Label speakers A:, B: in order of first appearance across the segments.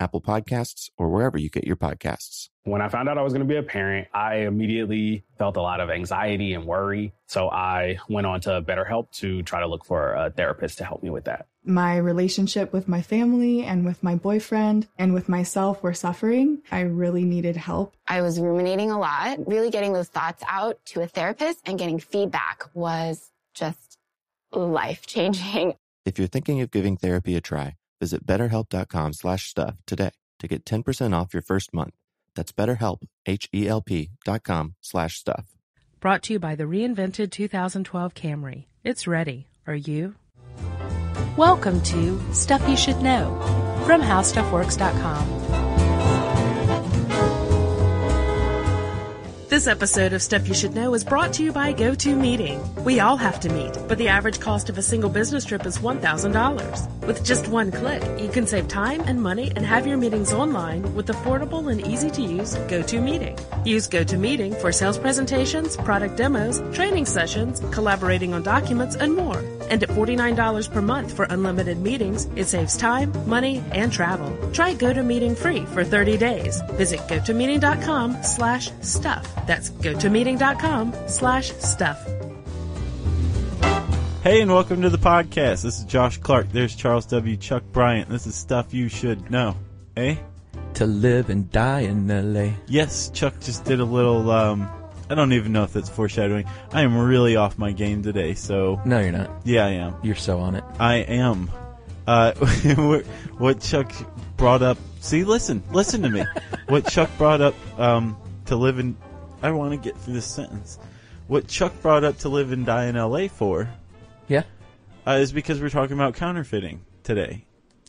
A: Apple Podcasts, or wherever you get your podcasts.
B: When I found out I was going to be a parent, I immediately felt a lot of anxiety and worry. So I went on to BetterHelp to try to look for a therapist to help me with that.
C: My relationship with my family and with my boyfriend and with myself were suffering. I really needed help.
D: I was ruminating a lot. Really getting those thoughts out to a therapist and getting feedback was just life changing.
A: If you're thinking of giving therapy a try, visit betterhelp.com slash stuff today to get 10% off your first month. That's betterhelp, H-E-L-P dot com slash stuff.
E: Brought to you by the reinvented 2012 Camry. It's ready. Are you? Welcome to Stuff You Should Know from HowStuffWorks.com. This episode of Stuff You Should Know is brought to you by GoToMeeting. We all have to meet, but the average cost of a single business trip is $1,000. With just one click, you can save time and money and have your meetings online with affordable and easy to use GoToMeeting. Use GoToMeeting for sales presentations, product demos, training sessions, collaborating on documents, and more. And at $49 per month for unlimited meetings, it saves time, money, and travel. Try GoToMeeting free for 30 days. Visit gotomeeting.com slash stuff. That's gotomeeting.com slash stuff.
F: Hey, and welcome to the podcast. This is Josh Clark. There's Charles W. Chuck Bryant. This is stuff you should know. Eh?
G: to live and die in LA.
F: Yes, Chuck just did a little. Um, I don't even know if that's foreshadowing. I am really off my game today, so
G: No, you're not.
F: yeah, I am.
G: You're so on it.
F: I am. Uh, what- what Chuck brought up. See, listen, listen to me. what Chuck brought up um, to live in. I want to get through this sentence. What Chuck brought up to live and die in LA for
G: Yeah.
F: uh, is because we're talking about counterfeiting today.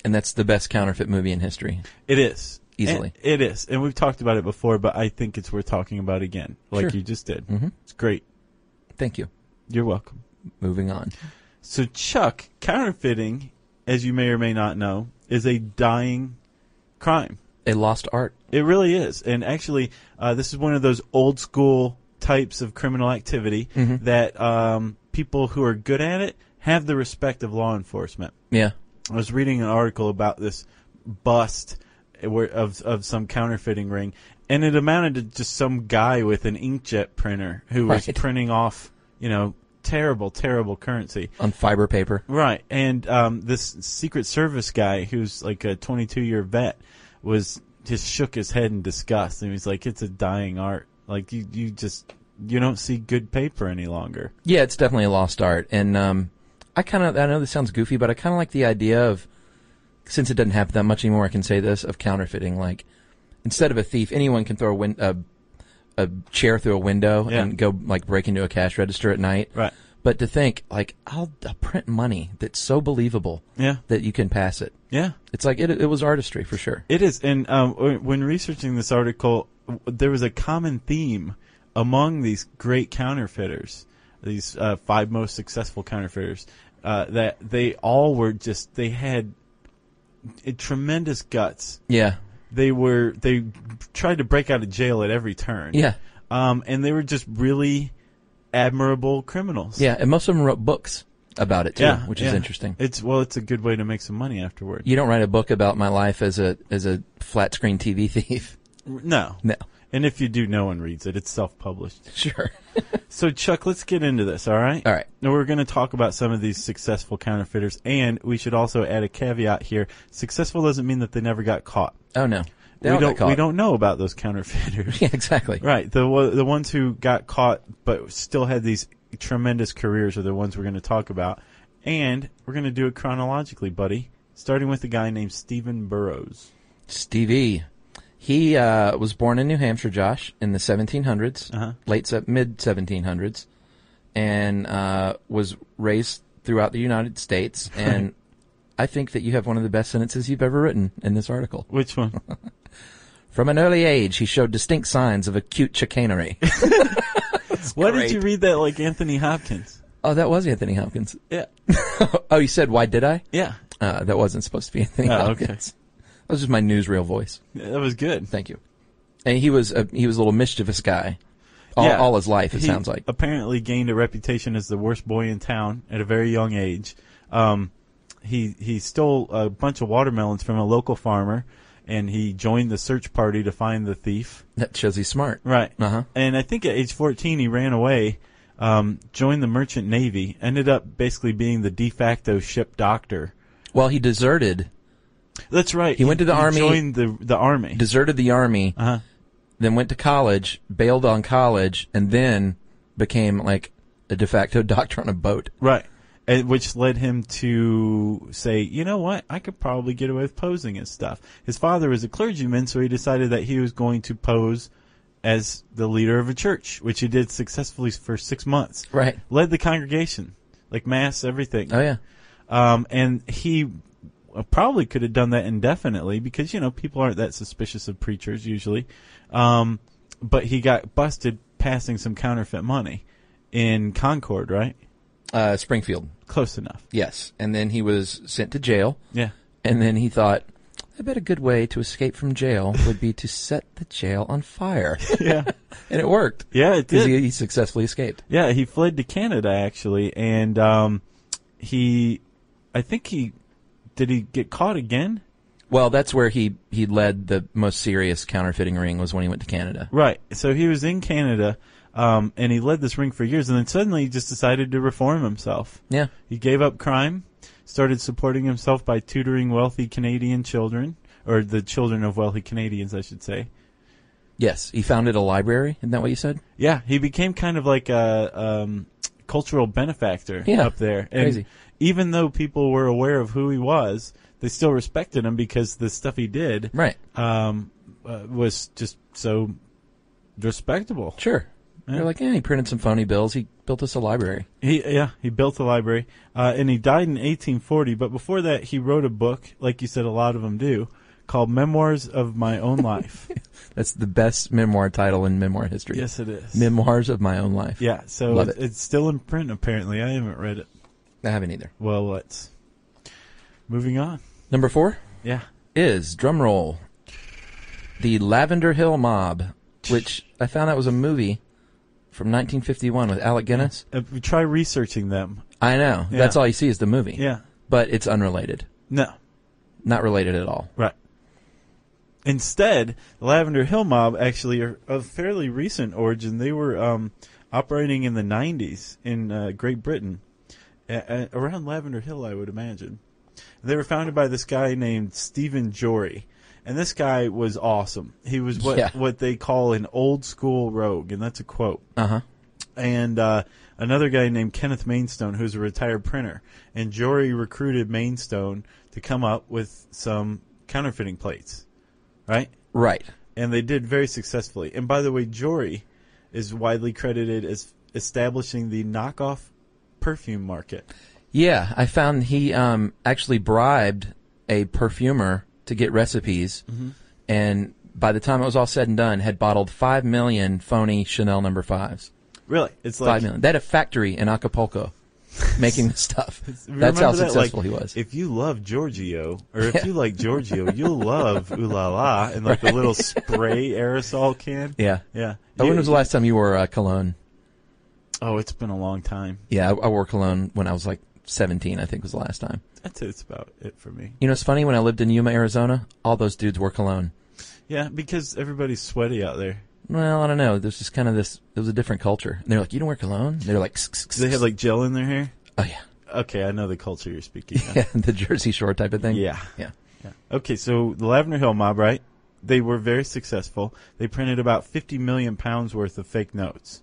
G: And that's the best counterfeit movie in history.
F: It is.
G: Easily.
F: And- it is. And we've talked about it before, but I think it's worth talking about again, like
G: Sure.
F: you just did. Mm-hmm. It's great.
G: Thank you.
F: You're welcome.
G: Moving on.
F: So, Chuck, counterfeiting, as you may or may not know, is a dying crime.
G: A lost art.
F: It really is. And actually, uh, this is one of those old school types of criminal activity
G: Mm-hmm.
F: that um, people who are good at it have the respect of law enforcement.
G: Yeah.
F: I was reading an article about this bust where- of of some counterfeiting ring, and it amounted to just some guy with an inkjet printer who was
G: Right.
F: printing off, you know, terrible, terrible currency.
G: On fiber paper.
F: Right, and um, this Secret Service guy, who's like a 22 year vet, was just shook his head in disgust, and he was like, "It's a dying art. Like you, you just." You don't see good paper any longer.
G: Yeah, it's definitely a lost art. And um, I kind of, I know this sounds goofy, but I kind of like the idea of, since it doesn't happen that much anymore, I can say this, of counterfeiting. Like, instead of a thief, anyone can throw a, win- a, a chair through a window
F: Yeah.
G: and go, like, break into a cash register at night.
F: Right.
G: But to think, like, I'll, I'll print money that's so believable
F: Yeah.
G: that you can pass it.
F: Yeah.
G: It's like, it, it was artistry for sure.
F: It is, and um, w- when researching this article, w- there was a common theme among these great counterfeiters, these uh, five most successful counterfeiters, uh, that they all were just they had uh, tremendous guts.
G: Yeah.
F: They were they tried to break out of jail at every turn.
G: Yeah.
F: um, and they were just really admirable criminals.
G: Yeah, and most of them wrote books about it too,
F: yeah,
G: which
F: yeah.
G: is interesting.
F: It's well, it's a good way to make some money afterward.
G: You don't write a book about my life as a as a flat screen TV thief.
F: No,
G: No,
F: and if you do, no one reads it. It's self-published.
G: sure.
F: So, Chuck, let's get into this, all right?
G: All right.
F: Now, we're going to talk about some of these successful counterfeiters, and we should also add a caveat here. Successful doesn't mean that they never got caught.
G: Oh no, They
F: we
G: all got
F: don't.
G: caught.
F: We don't know about those counterfeiters.
G: Yeah, exactly.
F: right. The wo- the ones who got caught but still had these tremendous careers are the ones we're going to talk about, and we're going to do it chronologically, buddy. Starting with a guy named Stephen Burrows.
G: Stevie, he uh, was born in New Hampshire, Josh, in the 1700s,
F: Uh-huh.
G: late se- mid 1700s, and uh, was raised throughout the United States. And I think that you have one of the best sentences you've ever written in this article.
F: Which one?
G: From an early age, he showed distinct signs of acute chicanery.
F: Why
G: great.
F: did you read that like Anthony Hopkins?
G: oh, that was Anthony Hopkins.
F: Yeah.
G: oh, you said, why did I?
F: Yeah.
G: Uh, that wasn't supposed to be Anthony
F: Oh, okay.
G: Hopkins. That was just my newsreel voice.
F: That was good.
G: Thank you. And he was a, he was a little mischievous guy. All,
F: Yeah.
G: all his life, it
F: He
G: sounds like.
F: Apparently gained a reputation as the worst boy in town at a very young age. Um, he, he stole a bunch of watermelons from a local farmer and he joined the search party to find the thief.
G: That shows he's smart.
F: Right.
G: Uh-huh.
F: And I think at age 14 he ran away, um, joined the merchant navy, ended up basically being the de facto ship doctor.
G: Well, he deserted,
F: That's right.
G: He went to the army-
F: Joined the the army.
G: deserted the army,
F: Uh-huh.
G: then went to college, bailed on college, and then became like a de facto doctor on a boat.
F: Right. And which led him to say, you know what, I could probably get away with posing and stuff. His father was a clergyman, so he decided that he was going to pose as the leader of a church, which he did successfully for six months.
G: Right.
F: Led the congregation, like mass, everything.
G: Oh yeah.
F: Um, and he uh, probably could have done that indefinitely because, you know, people aren't that suspicious of preachers usually. Um, but he got busted passing some counterfeit money in Concord, right?
G: Uh, Springfield.
F: Close enough.
G: Yes. And then he was sent to jail.
F: Yeah.
G: And then he thought, I bet a good way to escape from jail would be to set the jail on fire.
F: Yeah.
G: and it worked.
F: Yeah, it
G: Because
F: did.
G: he, he successfully escaped.
F: yeah, he fled to Canada actually, and um, he, I think he, did he get caught again?
G: Well, that's where he, he led the most serious counterfeiting ring was when he went to Canada.
F: Right. So he was in Canada, um, and he led this ring for years, and then suddenly he just decided to reform himself.
G: Yeah.
F: He gave up crime, started supporting himself by tutoring wealthy Canadian children, or the children of wealthy Canadians, I should say.
G: Yes. He founded a library. Isn't that what you said?
F: Yeah, he became kind of like a um, cultural benefactor
G: Yeah,
F: up there. And
G: crazy.
F: even though people were aware of who he was, they still respected him because the stuff he did
G: Right.
F: um, uh, was just so respectable.
G: Sure. They're like, yeah, he printed some phony bills. He built us a library.
F: He yeah, he built a library, uh, and he died in 1840. But before that, he wrote a book, like you said, a lot of them do, called Memoirs of My Own Life.
G: That's the best memoir title in memoir history.
F: yes, it is.
G: Memoirs of my own life.
F: yeah, so
G: Love
F: it's-
G: it.
F: it's still in print. Apparently, I haven't read it.
G: I haven't either.
F: Well, let's moving on.
G: Number four
F: Yeah.
G: is drumroll. The Lavender Hill Mob, which I found out was a movie from 1951 with Alec Guinness.
F: Uh, we try researching them.
G: I know. That's
F: Yeah.
G: all you see is the movie.
F: Yeah.
G: But it's unrelated.
F: No.
G: Not related at all.
F: Right. Instead, the Lavender Hill Mob actually are of fairly recent origin. They were um, operating in the 90s in uh, Great Britain, a- a- around Lavender Hill, I would imagine. They were founded by this guy named Stephen Jory. And this guy was awesome. He was what,
G: Yeah.
F: what they call an old school rogue, and that's a quote.
G: Uh huh.
F: and uh, another guy named Kenneth Mainstone, who's a retired printer. And Jory recruited Mainstone to come up with some counterfeiting plates, right?
G: Right.
F: And they did very successfully. And by the way, Jory is widely credited as establishing the knockoff perfume market.
G: Yeah, I found he um, actually bribed a perfumer to get recipes,
F: Mm-hmm.
G: and by the time it was all said and done, had bottled five million phony Chanel number fives.
F: Really, it's like
G: Five million. They had a factory in Acapulco making this stuff. That's
F: Remember
G: how
F: that?
G: successful
F: Like,
G: he was.
F: If you love Giorgio, or if you like Giorgio, you'll love Ooh La La and like the little spray aerosol can.
G: yeah.
F: Yeah.
G: Oh, when
F: You-
G: was the last time you wore uh, cologne?
F: Oh, it's been a long time.
G: Yeah, I, I wore cologne when I was like 17, I think was the last time.
F: That's it's about it for me.
G: You know, it's funny, when I lived in Yuma, Arizona, all those dudes wore cologne.
F: Yeah, because everybody's sweaty out there.
G: Well, I don't know. There's just kind of this, it was a different culture. And they're like, you don't wear cologne? They're like, "Kss, kss,
F: Do they
G: kss."
F: have like gel in their hair?
G: oh yeah.
F: Okay, I know the culture you're speaking. Of.
G: Yeah, the Jersey Shore type of thing.
F: Yeah.
G: Yeah.
F: Okay, so the Lavender Hill mob, right? They were very successful. They printed about 50 million pounds worth of fake notes.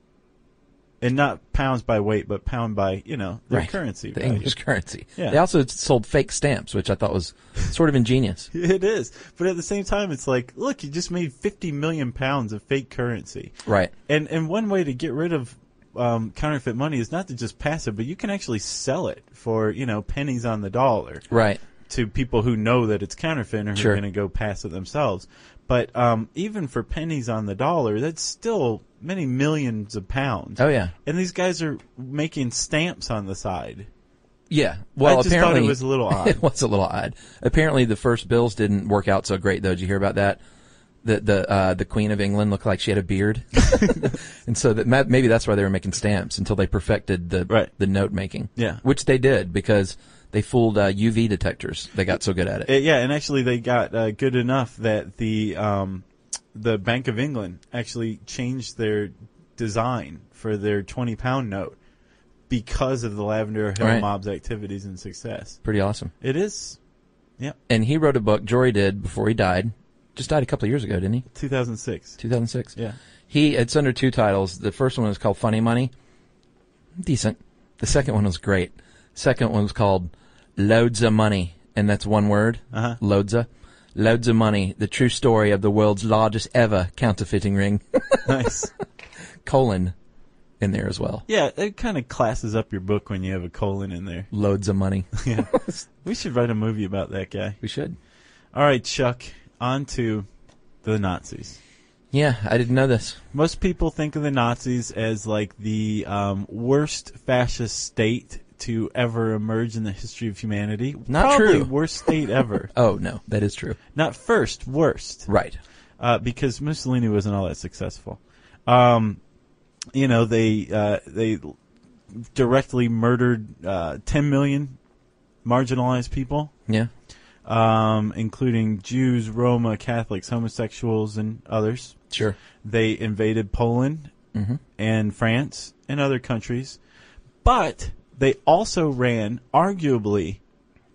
F: And not pounds by weight, but pound by, you know, their
G: Right.
F: currency.
G: The
F: value.
G: English currency.
F: Yeah.
G: They also sold fake stamps, which I thought was sort of ingenious.
F: It is. But at the same time, it's like, look, you just made 50 million pounds of fake currency.
G: Right.
F: And, and one way to get rid of um, counterfeit money is not to just pass it, but you can actually sell it for, you know, pennies on the dollar.
G: Right.
F: to people who know that it's counterfeit and who
G: Sure.
F: are going to go pass it themselves. But um, even for pennies on the dollar, that's still many millions of pounds.
G: Oh, yeah.
F: And these guys are making stamps on the side.
G: Yeah. Well,
F: just thought it
G: apparently
F: was a little odd.
G: it was a little odd. Apparently, the first bills didn't work out so great, though. Did you hear about that? The the uh, the Queen of England looked like she had a beard, and so that ma- maybe that's why they were making stamps until they perfected the
F: Right.
G: the note making.
F: Yeah.
G: which they did because they fooled uh, UV detectors. They got so good at it.
F: Uh, yeah, and actually they got uh, good enough that the um, the Bank of England actually changed their design for their twenty pound note because of the Lavender Hill
G: Right.
F: mob's activities and success.
G: Pretty awesome.
F: It is
G: And he wrote a book. Jory did before he died. Just died a couple of years ago, didn't he?
F: two thousand six.
G: 2006.
F: Yeah.
G: He it's under two titles. The first one was called Funny Money. Decent. The second one was great. Second one was called Loads of Money, and that's one word.
F: Uh-huh.
G: Loads of. Loads of money. The true story of the world's largest ever counterfeiting ring.
F: nice.
G: colon in there as well.
F: Yeah, it kind of classes up your book when you have a colon in there.
G: Loads of money.
F: Yeah. we should write a movie about that guy.
G: We should.
F: All right, Chuck, on to the Nazis.
G: Yeah, I didn't know this.
F: Most people think of the Nazis as like the um, worst fascist state to ever emerge in the history of humanity.
G: Not
F: Probably
G: true.
F: Worst state ever.
G: Oh no, that is true.
F: Not first, worst.
G: Right.
F: Uh, because Mussolini wasn't all that successful. Um, you know, they uh, they directly murdered uh, 10 million marginalized people,
G: Yeah.
F: um, including Jews, Roma, Catholics, homosexuals, and others.
G: Sure.
F: They invaded Poland and France and other countries, but they also ran arguably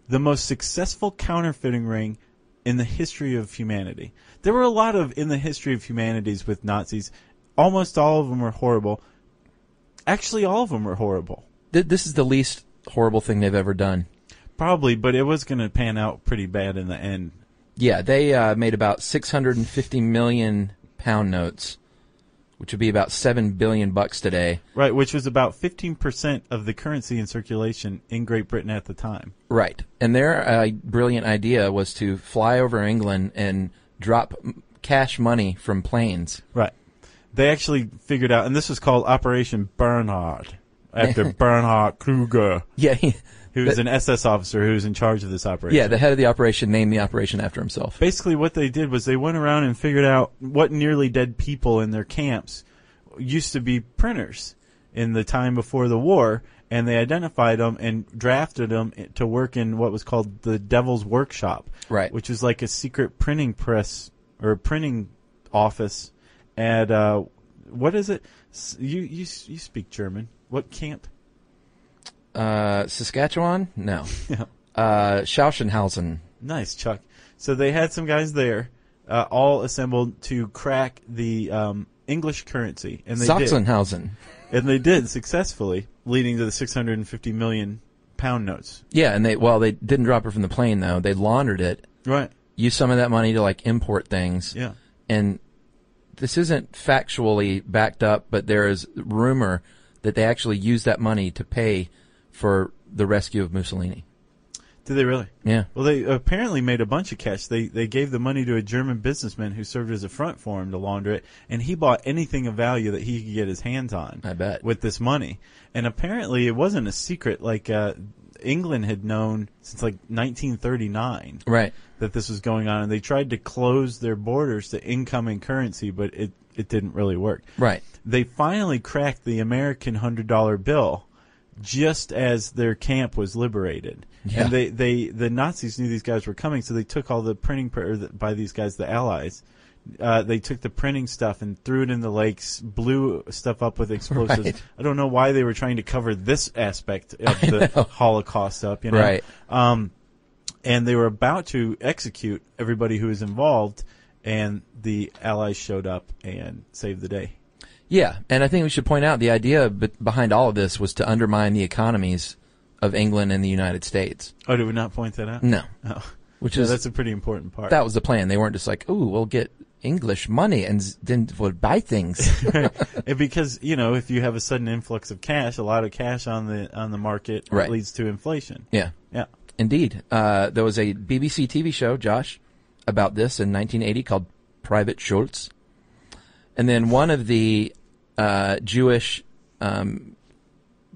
F: the most successful counterfeiting ring in the history of humanity. There were a lot of in the history of humanities with Nazis. Almost all of them were horrible. Actually, all of them were horrible.
G: Th- this is the least horrible thing they've ever done.
F: Probably, but it was going to pan out pretty bad in the end.
G: Yeah, they uh, made about 650 million pound notes, which would be about 7 billion bucks today.
F: Right, which was about 15% of the currency in circulation in Great Britain at the time.
G: Right. And their uh, brilliant idea was to fly over England and drop m- cash money from planes.
F: Right. They actually figured out, and this was called Operation Bernhard, after Bernhard Kruger,
G: Yeah. He,
F: who was
G: the-
F: an SS officer who was in charge of this operation.
G: yeah, the head of the operation named the operation after himself.
F: Basically, what they did was they went around and figured out what nearly dead people in their camps used to be printers in the time before the war, and they identified them and drafted them to work in what was called the Devil's Workshop,
G: Right.
F: Which is like a secret printing press or printing office at uh, what is it? S- You you s- you speak German? What camp?
G: Uh, Saskatchewan? No. Uh, Schausenhausen.
F: Nice, Chuck. So they had some guys there, uh, all assembled to crack the um, English currency, and they did,
G: Sachsenhausen.
F: and they did successfully, leading to the 650 million pound notes.
G: Yeah, and they, well, they didn't drop it from the plane, though. They laundered it,
F: Right.
G: used some of that money to, like, import things.
F: Yeah.
G: and this isn't factually backed up, but there is rumor that they actually used that money to pay for the rescue of Mussolini.
F: Did they really?
G: Yeah.
F: Well, they apparently made a bunch of cash. They they gave the money to a German businessman who served as a front for him to launder it, and he bought anything of value that he could get his hands on.
G: I bet.
F: with this money, and apparently it wasn't a secret. Like uh, England had known since like 1939
G: Right.
F: that this was going on, and they tried to close their borders to incoming currency, but it it didn't really work.
G: Right.
F: They finally cracked the American hundred dollar bill just as their camp was liberated.
G: Yeah.
F: And they, they, the Nazis knew these guys were coming, so they took all the printing pr- or the, by these guys, the Allies. Uh, they took the printing stuff and threw it in the lakes, blew stuff up with explosives.
G: Right.
F: I don't know why they were trying to cover this aspect of the Holocaust up, you know?
G: Right.
F: Um, and they were about to execute everybody who was involved, and the Allies showed up and saved the day.
G: Yeah. And I think we should point out the idea be- behind all of this was to undermine the economies of England and the United States.
F: Oh, did we not point that out?
G: No.
F: Oh.
G: Which
F: Yeah,
G: is,
F: that's a pretty important part.
G: that was the plan. They weren't just like, ooh, we'll get English money and s- then we'll buy things.
F: And because you know, if you have a sudden influx of cash, a lot of cash on the on the market
G: Right.
F: leads to inflation.
G: yeah.
F: Yeah.
G: Indeed. Uh, there was a BBC TV show, Josh, about this in 1980 called Private Schultz. And then one of the uh, Jewish um,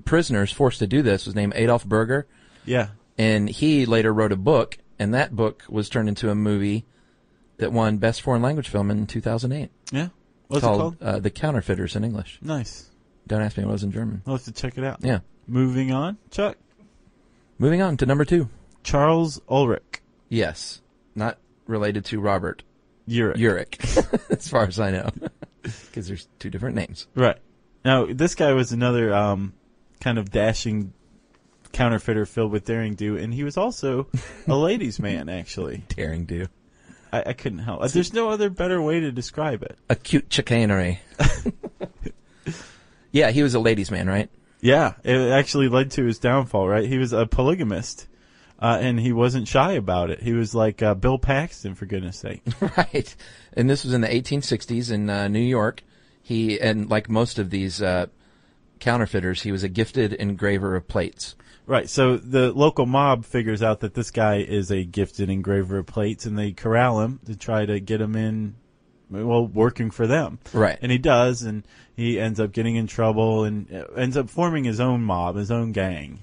G: prisoners forced to do this was named Adolf Berger.
F: Yeah.
G: And he later wrote a book, and that book was turned into a movie that won Best Foreign Language Film in 2008
F: Yeah. What's it
G: called
F: called?
G: uh, The Counterfeiters in English.
F: Nice.
G: Don't ask me what it was in German.
F: I'll have to check it out.
G: Yeah.
F: Moving on, Chuck.
G: Moving on to number two.
F: Charles Ulrich.
G: Yes. Not related to Robert
F: Urich.
G: Urich, as far as I know. Because there's two different names.
F: Right. Now, this guy was another um, kind of dashing counterfeiter filled with daring do, and he was also a ladies' man, actually.
G: Daring do.
F: I, I couldn't help. There's no other better way to describe it.
G: Acute chicanery. yeah, he was a ladies' man, right?
F: Yeah, it actually led to his downfall, right? He was a polygamist, uh, and he wasn't shy about it. He was like uh, Bill Paxton, for goodness sake.
G: Right. And this was in the 1860s in uh, New York. He, and like most of these uh, counterfeiters, he was a gifted engraver of plates.
F: Right. So the local mob figures out that this guy is a gifted engraver of plates, and they corral him to try to get him in, well, working for them.
G: Right.
F: And he does, and he ends up getting in trouble, and uh, ends up forming his own mob, his own gang,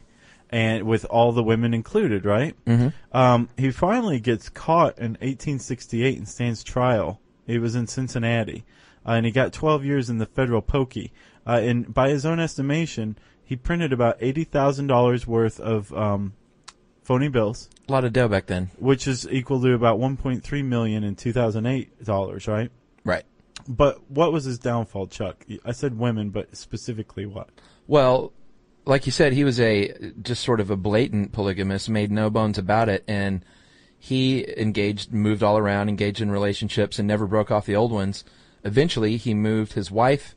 F: and with all the women included. Right. Mm-hmm. Um, he finally gets caught in 1868 and stands trial. He was in Cincinnati, uh, and he got 12 years in the federal pokey. Uh, and by his own estimation, he printed about eighty thousand dollars worth of um, phony bills,
G: A lot of dough back then.
F: which is equal to about one point three million in two thousand eight dollars, right?
G: Right.
F: But what was his downfall, Chuck? I said women, but specifically what?
G: Well, like you said, he was a just sort of a blatant polygamist, made no bones about it, and he engaged, moved all around, engaged in relationships, and never broke off the old ones. Eventually, he moved his wife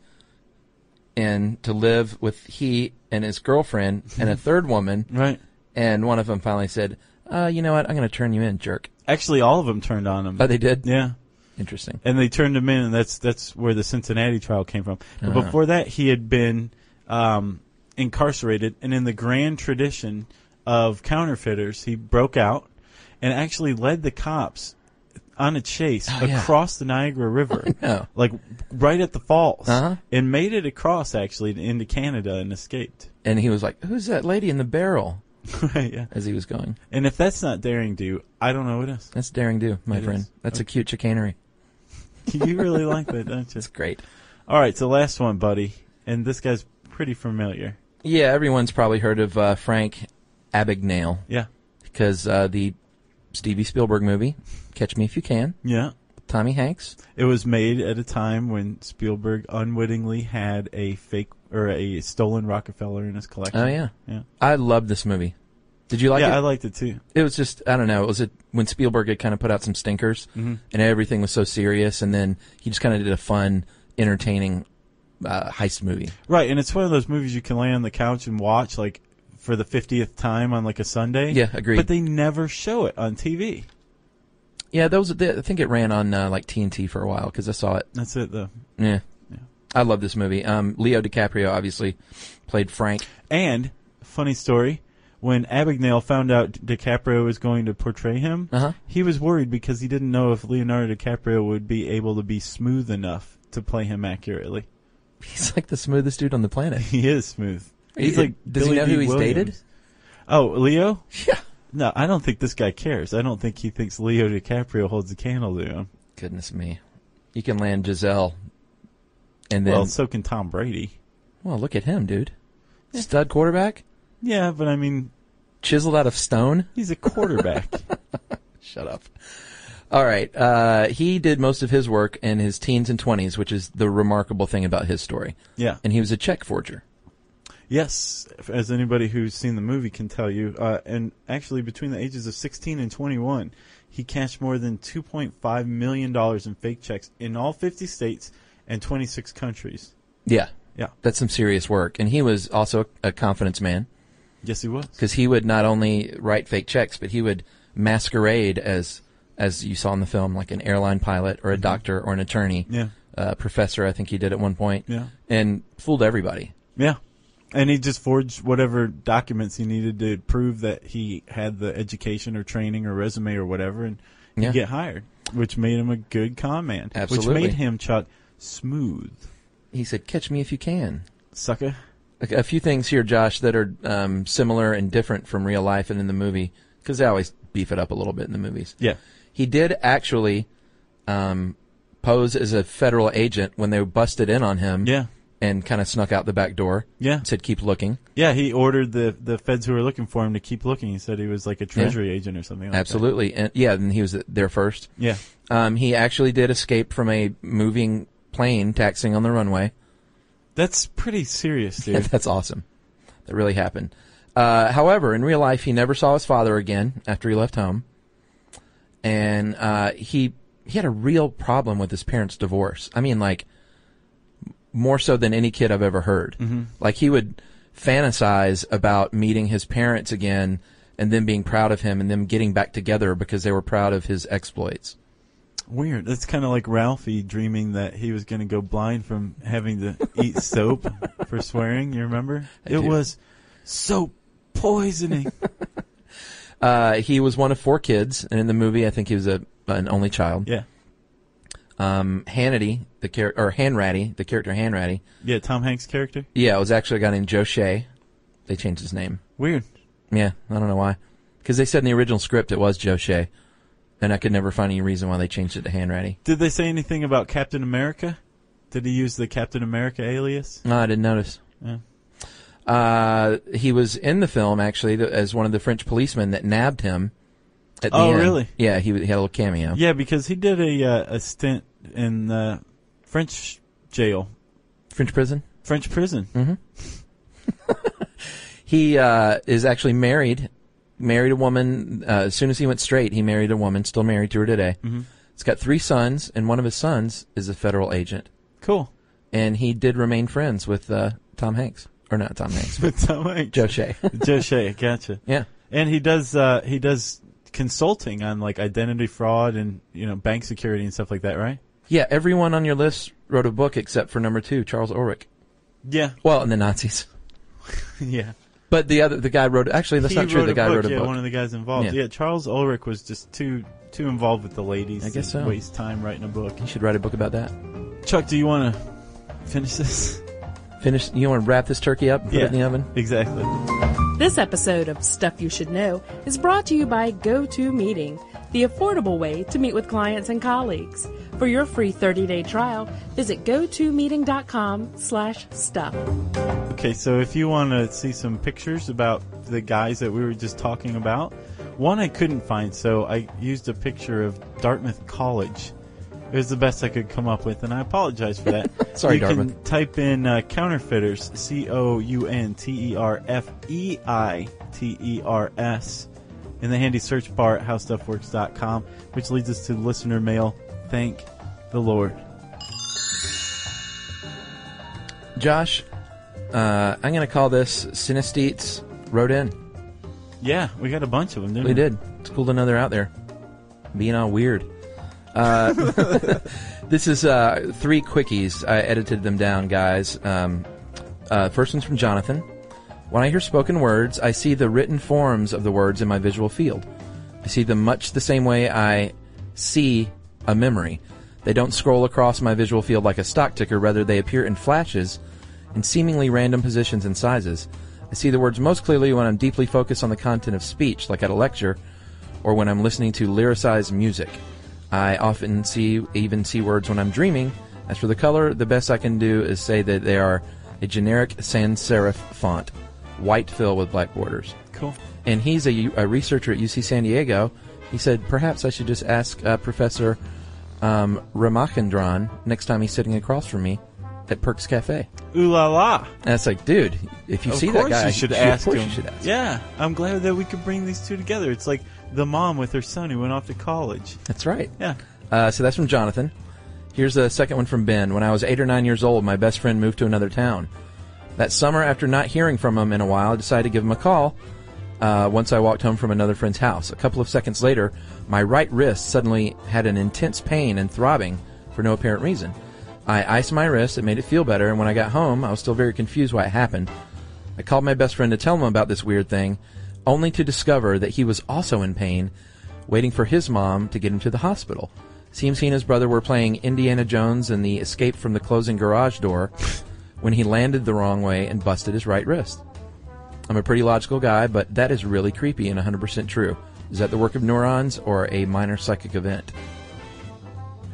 G: in to live with he and his girlfriend and a third woman,
F: Right.
G: and one of them finally said, uh, "You know what? I'm going to turn you in, jerk."
F: Actually, all of them turned on him.
G: Oh, they did.
F: yeah.
G: Interesting.
F: and they turned him in, and that's that's where the Cincinnati trial came from. But
G: Uh-huh.
F: before that, he had been um, incarcerated, and in the grand tradition of counterfeiters, he broke out and actually led the cops on a chase
G: Oh, yeah.
F: across the Niagara River,
G: know.
F: like right at the falls,
G: Uh-huh.
F: and made it across actually into Canada and escaped.
G: And he was like, "Who's that lady in the barrel?"
F: right, yeah.
G: As he was going,
F: And if that's not daring do, I don't know what is.
G: that's daring do, my
F: It
G: friend.
F: is. Oh.
G: That's a cute chicanery.
F: You really like that, don't you?
G: It's great.
F: All right, so last one, buddy, and this guy's pretty familiar.
G: Yeah, everyone's probably heard of uh, Frank Abagnale
F: Yeah.
G: because uh, the Stevie Spielberg movie, Catch Me If You Can,
F: Yeah.
G: Tommy Hanks.
F: It was made at a time when Spielberg unwittingly had a fake or a stolen Rockefeller in his collection.
G: Oh, yeah.
F: Yeah.
G: I loved this movie. Did you like
F: yeah,
G: it?
F: I liked it too.
G: it was just I don't know. It was a, when Spielberg had kind of put out some stinkers, and everything was so serious, and then he just kind of did a fun, entertaining uh, heist movie.
F: Right, and it's one of those movies you can lay on the couch and watch like for the 50th time on like a Sunday.
G: Yeah, agreed.
F: But they never show it on TV.
G: Yeah, those. I think it ran on uh, like TNT for a while because I saw it.
F: That's it though.
G: Yeah. I love this movie. Um, Leo DiCaprio obviously played Frank.
F: And funny story, when Abagnale found out DiCaprio was going to portray him,
G: Uh-huh.
F: he was worried because he didn't know if Leonardo DiCaprio would be able to be smooth enough to play him accurately.
G: He's like the smoothest dude on the planet.
F: He is smooth. He's
G: He-
F: like
G: does
F: Billy
G: he know
F: D.
G: who he's
F: Williams.
G: dated?
F: Oh, Leo?
G: Yeah.
F: No, I don't think this guy cares. I don't think he thinks Leo DiCaprio holds a candle to him.
G: Goodness me. You can land Giselle. And then,
F: well,
G: well,
F: so can Tom Brady.
G: look at him, dude. Stud quarterback,
F: Yeah, but I mean,
G: chiseled out of stone.
F: he's a quarterback.
G: Shut up. All right. Uh, he did most of his work in his teens and 20s, which is the remarkable thing about his story.
F: yeah.
G: And he was a check forger.
F: Yes, as anybody who's seen the movie can tell you. Uh, and actually, between the ages of 16 and 21, he cashed more than $2.5 million in fake checks in all 50 states and 26 countries.
G: Yeah.
F: Yeah.
G: That's some serious work. And he was also a confidence man.
F: Yes, he was.
G: because he would not only write fake checks, but he would masquerade as as you saw in the film, like an airline pilot or a doctor or an attorney,
F: Mm-hmm. Yeah.
G: uh, professor. I think he did at one point,
F: Yeah.
G: and fooled everybody.
F: Yeah. And he just forged whatever documents he needed to prove that he had the education or training or resume or whatever, and he'd
G: Yeah.
F: get hired, which made him a good con man.
G: Absolutely.
F: Which made him, Chuck, smooth.
G: He said, "Catch me if you can."
F: Sucker.
G: A, a few things here, Josh, that are um, similar and different from real life and in the movie, because they always beef it up a little bit in the movies.
F: Yeah.
G: He did actually um, pose as a federal agent when they busted in on him.
F: Yeah.
G: And kind of snuck out the back door.
F: Yeah.
G: Said, keep looking.
F: Yeah, he ordered the, the feds who were looking for him to keep looking. He said he was like a treasury agent or something like that.
G: Absolutely. And yeah, and he was there first.
F: Yeah.
G: Um, he actually did escape from a moving plane taxiing on the runway.
F: That's pretty serious, dude.
G: That's awesome. That really happened. Uh, however, in real life, he never saw his father again after he left home, and uh, he he had a real problem with his parents' divorce. I mean, like m- more so than any kid I've ever heard. Like he would fantasize about meeting his parents again and them being proud of him and them getting back together because they were proud of his exploits.
F: Weird. That's kind of like Ralphie dreaming that he was going to go blind from having to eat soap for swearing. You remember? it
G: do.
F: was soap poisoning.
G: Uh, he was one of four kids, and in the movie, I think he was a an only child.
F: yeah.
G: um, Hannity, the char- or Hanratty, the character Hanratty.
F: Yeah, Tom Hanks' character.
G: Yeah, it was actually a guy named Joe Shea. They changed his name.
F: Weird.
G: Yeah, I don't know why. Because they said in the original script it was Joe Shea, and I could never find any reason why they changed it to Hanratty.
F: Did they say anything about Captain America? Did he use the Captain America alias?
G: No, Oh, I didn't notice.
F: Yeah.
G: Uh, he was in the film actually th- as one of the French policemen that nabbed him. At the
F: Oh,
G: end.
F: really?
G: Yeah, he, w- he had a little cameo.
F: Yeah, because he did a uh, a stint in uh, French jail,
G: French prison.
F: French prison.
G: He uh, is actually married. Married a woman. Uh, as soon as he went straight, he married a woman. Still married to her today. Mm-hmm. He's got three sons, and one of his sons is a federal agent.
F: Cool.
G: And he did remain friends with uh, Tom Hanks, or not Tom Hanks,
F: But Tom Hanks.
G: Joe Shea.
F: Joe Shea, gotcha.
G: yeah,
F: And he does uh, he does consulting on like identity fraud and you know bank security and stuff like that, right?
G: yeah. Everyone on your list wrote a book except for number two, Charles Ulrich.
F: Yeah,
G: Well, and the Nazis.
F: yeah.
G: But the other, the guy wrote. Actually, that's
F: he
G: not true.
F: wrote
G: The
F: a
G: guy
F: book,
G: wrote a
F: yeah,
G: book.
F: One of the guys involved.
G: Yeah.
F: Yeah. Charles Ulrich was just too too involved with the ladies.
G: I guess
F: to
G: so.
F: Waste time writing a book.
G: you should write a book about that.
F: Chuck, do you want to finish this?
G: Finish. You want to wrap this turkey up and put it in the oven?
F: Exactly.
E: This episode of Stuff You Should Know is brought to you by GoToMeeting, the affordable way to meet with clients and colleagues. For your free 30-day trial, visit gotomeeting.com slash stuff.
F: Okay, so if you want to see some pictures about the guys that we were just talking about, one I couldn't find, so I used a picture of Dartmouth College. It was the best I could come up with, and I apologize for that.
G: Sorry,
F: you Can
G: Dartmouth.
F: type in uh, counterfeiters, C O U N T E R F E I T E R S, in the handy search bar at howstuffworks.com, which leads us to listener mail. Thank the Lord.
G: Josh, uh, I'm going to call this Synesthetes wrote in.
F: Yeah, we got a bunch of them, didn't
G: We did. It's cool to know they're out there being all weird. Uh, this is uh, three quickies. I edited them down, guys. Um, uh, first one's from Jonathan. When I hear spoken words, I see the written forms of the words in my visual field. I see them much the same way I see a memory. They don't scroll across my visual field like a stock ticker, rather, they appear in flashes in seemingly random positions and sizes. I see the words most clearly when I'm deeply focused on the content of speech, like at a lecture, or when I'm listening to lyricized music. I often see even see words when I'm dreaming. As for the color, the best I can do is say that they are a generic sans serif font, white fill with black borders
F: Cool.
G: and he's a, U- a researcher at UC San Diego. He said, perhaps I should just ask uh, Professor um, Ramachandran next time he's sitting across from me at Perks Cafe.
F: Ooh la la.
G: And it's like, dude, if you
F: of
G: see that
F: course
G: guy,
F: you should
G: of
F: ask
G: course
F: him.
G: you should ask.
F: Yeah, I'm glad that we could bring these two together. It's like the mom with her son who went off to college.
G: That's right.
F: Yeah.
G: Uh, so that's from Jonathan. Here's the second one from Ben. When I was eight or nine years old, my best friend moved to another town. That summer, after not hearing from him in a while, I decided to give him a call. Uh, once I walked home from another friend's house, a couple of seconds later, my right wrist suddenly had an intense pain and throbbing for no apparent reason. I iced my wrist; it made it feel better. And when I got home, I was still very confused why it happened. I called my best friend to tell him about this weird thing, only to discover that he was also in pain, waiting for his mom to get him to the hospital. Seems he and his brother were playing Indiana Jones and the escape from the closing garage door when he landed the wrong way and busted his right wrist. I'm a pretty logical guy, but that is really creepy and 100% true. Is that the work of neurons or a minor psychic event?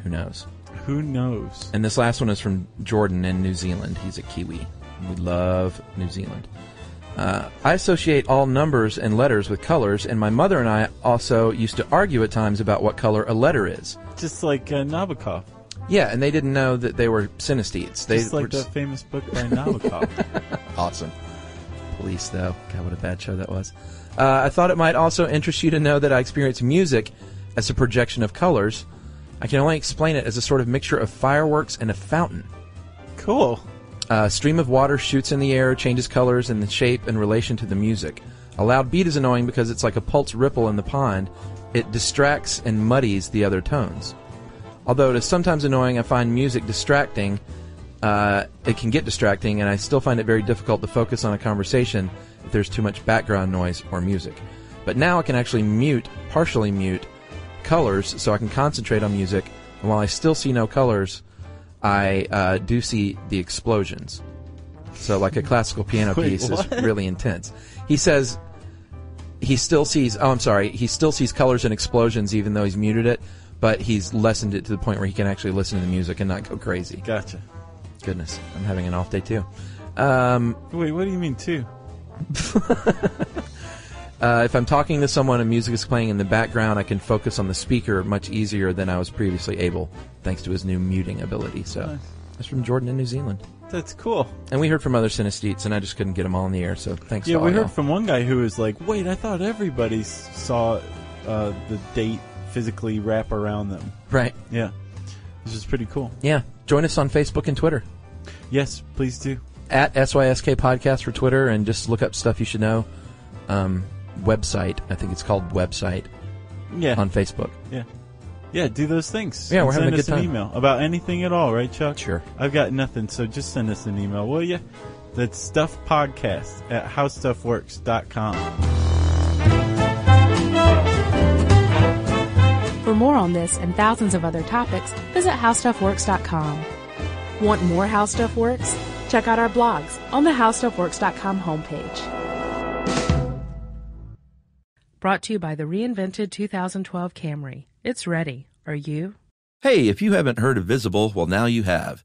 G: Who knows?
F: Who knows?
G: And this last one is from Jordan in New Zealand. He's a Kiwi. We love New Zealand. Uh, I associate all numbers and letters with colors, and my mother and I also used to argue at times about what color a letter is.
F: Just like uh, Nabokov.
G: Yeah, and they didn't know that they were synesthetes. They
F: Just
G: were
F: like
G: just
F: that famous book by Nabokov.
G: awesome. Police, though. God, what a bad show that was. Uh, I thought it might also interest you to know that I experience music as a projection of colors. I can only explain it as a sort of mixture of fireworks and a fountain.
F: cool.
G: A stream of water shoots in the air, changes colors and the shape in relation to the music. A loud beat is annoying because it's like a pulse ripple in the pond. It distracts and muddies the other tones. Although it is sometimes annoying, I find music distracting. Uh, it can get distracting, and I still find it very difficult to focus on a conversation if there's too much background noise or music. But now I can actually mute, partially mute, colors so I can concentrate on music, and while I still see no colors, I uh, do see the explosions. So, like a classical piano
F: Wait,
G: piece
F: what?
G: is really intense. He says he still sees. Oh, I'm sorry. He still sees colors and explosions, even though he's muted it. But he's lessened it to the point where he can actually listen to the music and not go crazy.
F: Gotcha.
G: Goodness, I'm having an off day too. Um,
F: Wait, what do you mean two?
G: uh, if I'm talking to someone and music is playing in the background, I can focus on the speaker much easier than I was previously able, thanks to his new muting ability. So
F: Nice.
G: that's from Jordan in New Zealand.
F: That's cool.
G: And we heard from other synesthetes, and I just couldn't get them all in the air. So thanks.
F: Yeah,
G: to all
F: we
G: y'all.
F: heard from one guy who was like, "Wait, I thought everybody s- saw uh, the date physically wrap around them."
G: right.
F: Yeah, which is pretty cool.
G: Yeah, join us on Facebook and Twitter.
F: Yes, please do.
G: at SYSK Podcast for Twitter and just look up stuff you should know. Um, website, I think it's called website
F: Yeah,
G: on Facebook.
F: yeah, yeah. Do those things.
G: Yeah,
F: And
G: we're having
F: send
G: a good
F: us an
G: time.
F: email about anything at all, right, Chuck?
G: Sure.
F: I've got nothing, so just send us an email, will you? That's stuffpodcast at howstuffworks.com.
H: For more on this and thousands of other topics, visit howstuffworks.com.
E: Want more How Stuff Works?
H: Check out our blogs on the howstuffworks.com homepage.
E: Brought to you by the reinvented 2012 Camry. It's ready. Are you?
I: Hey, if you haven't heard of Visible, well, now you have.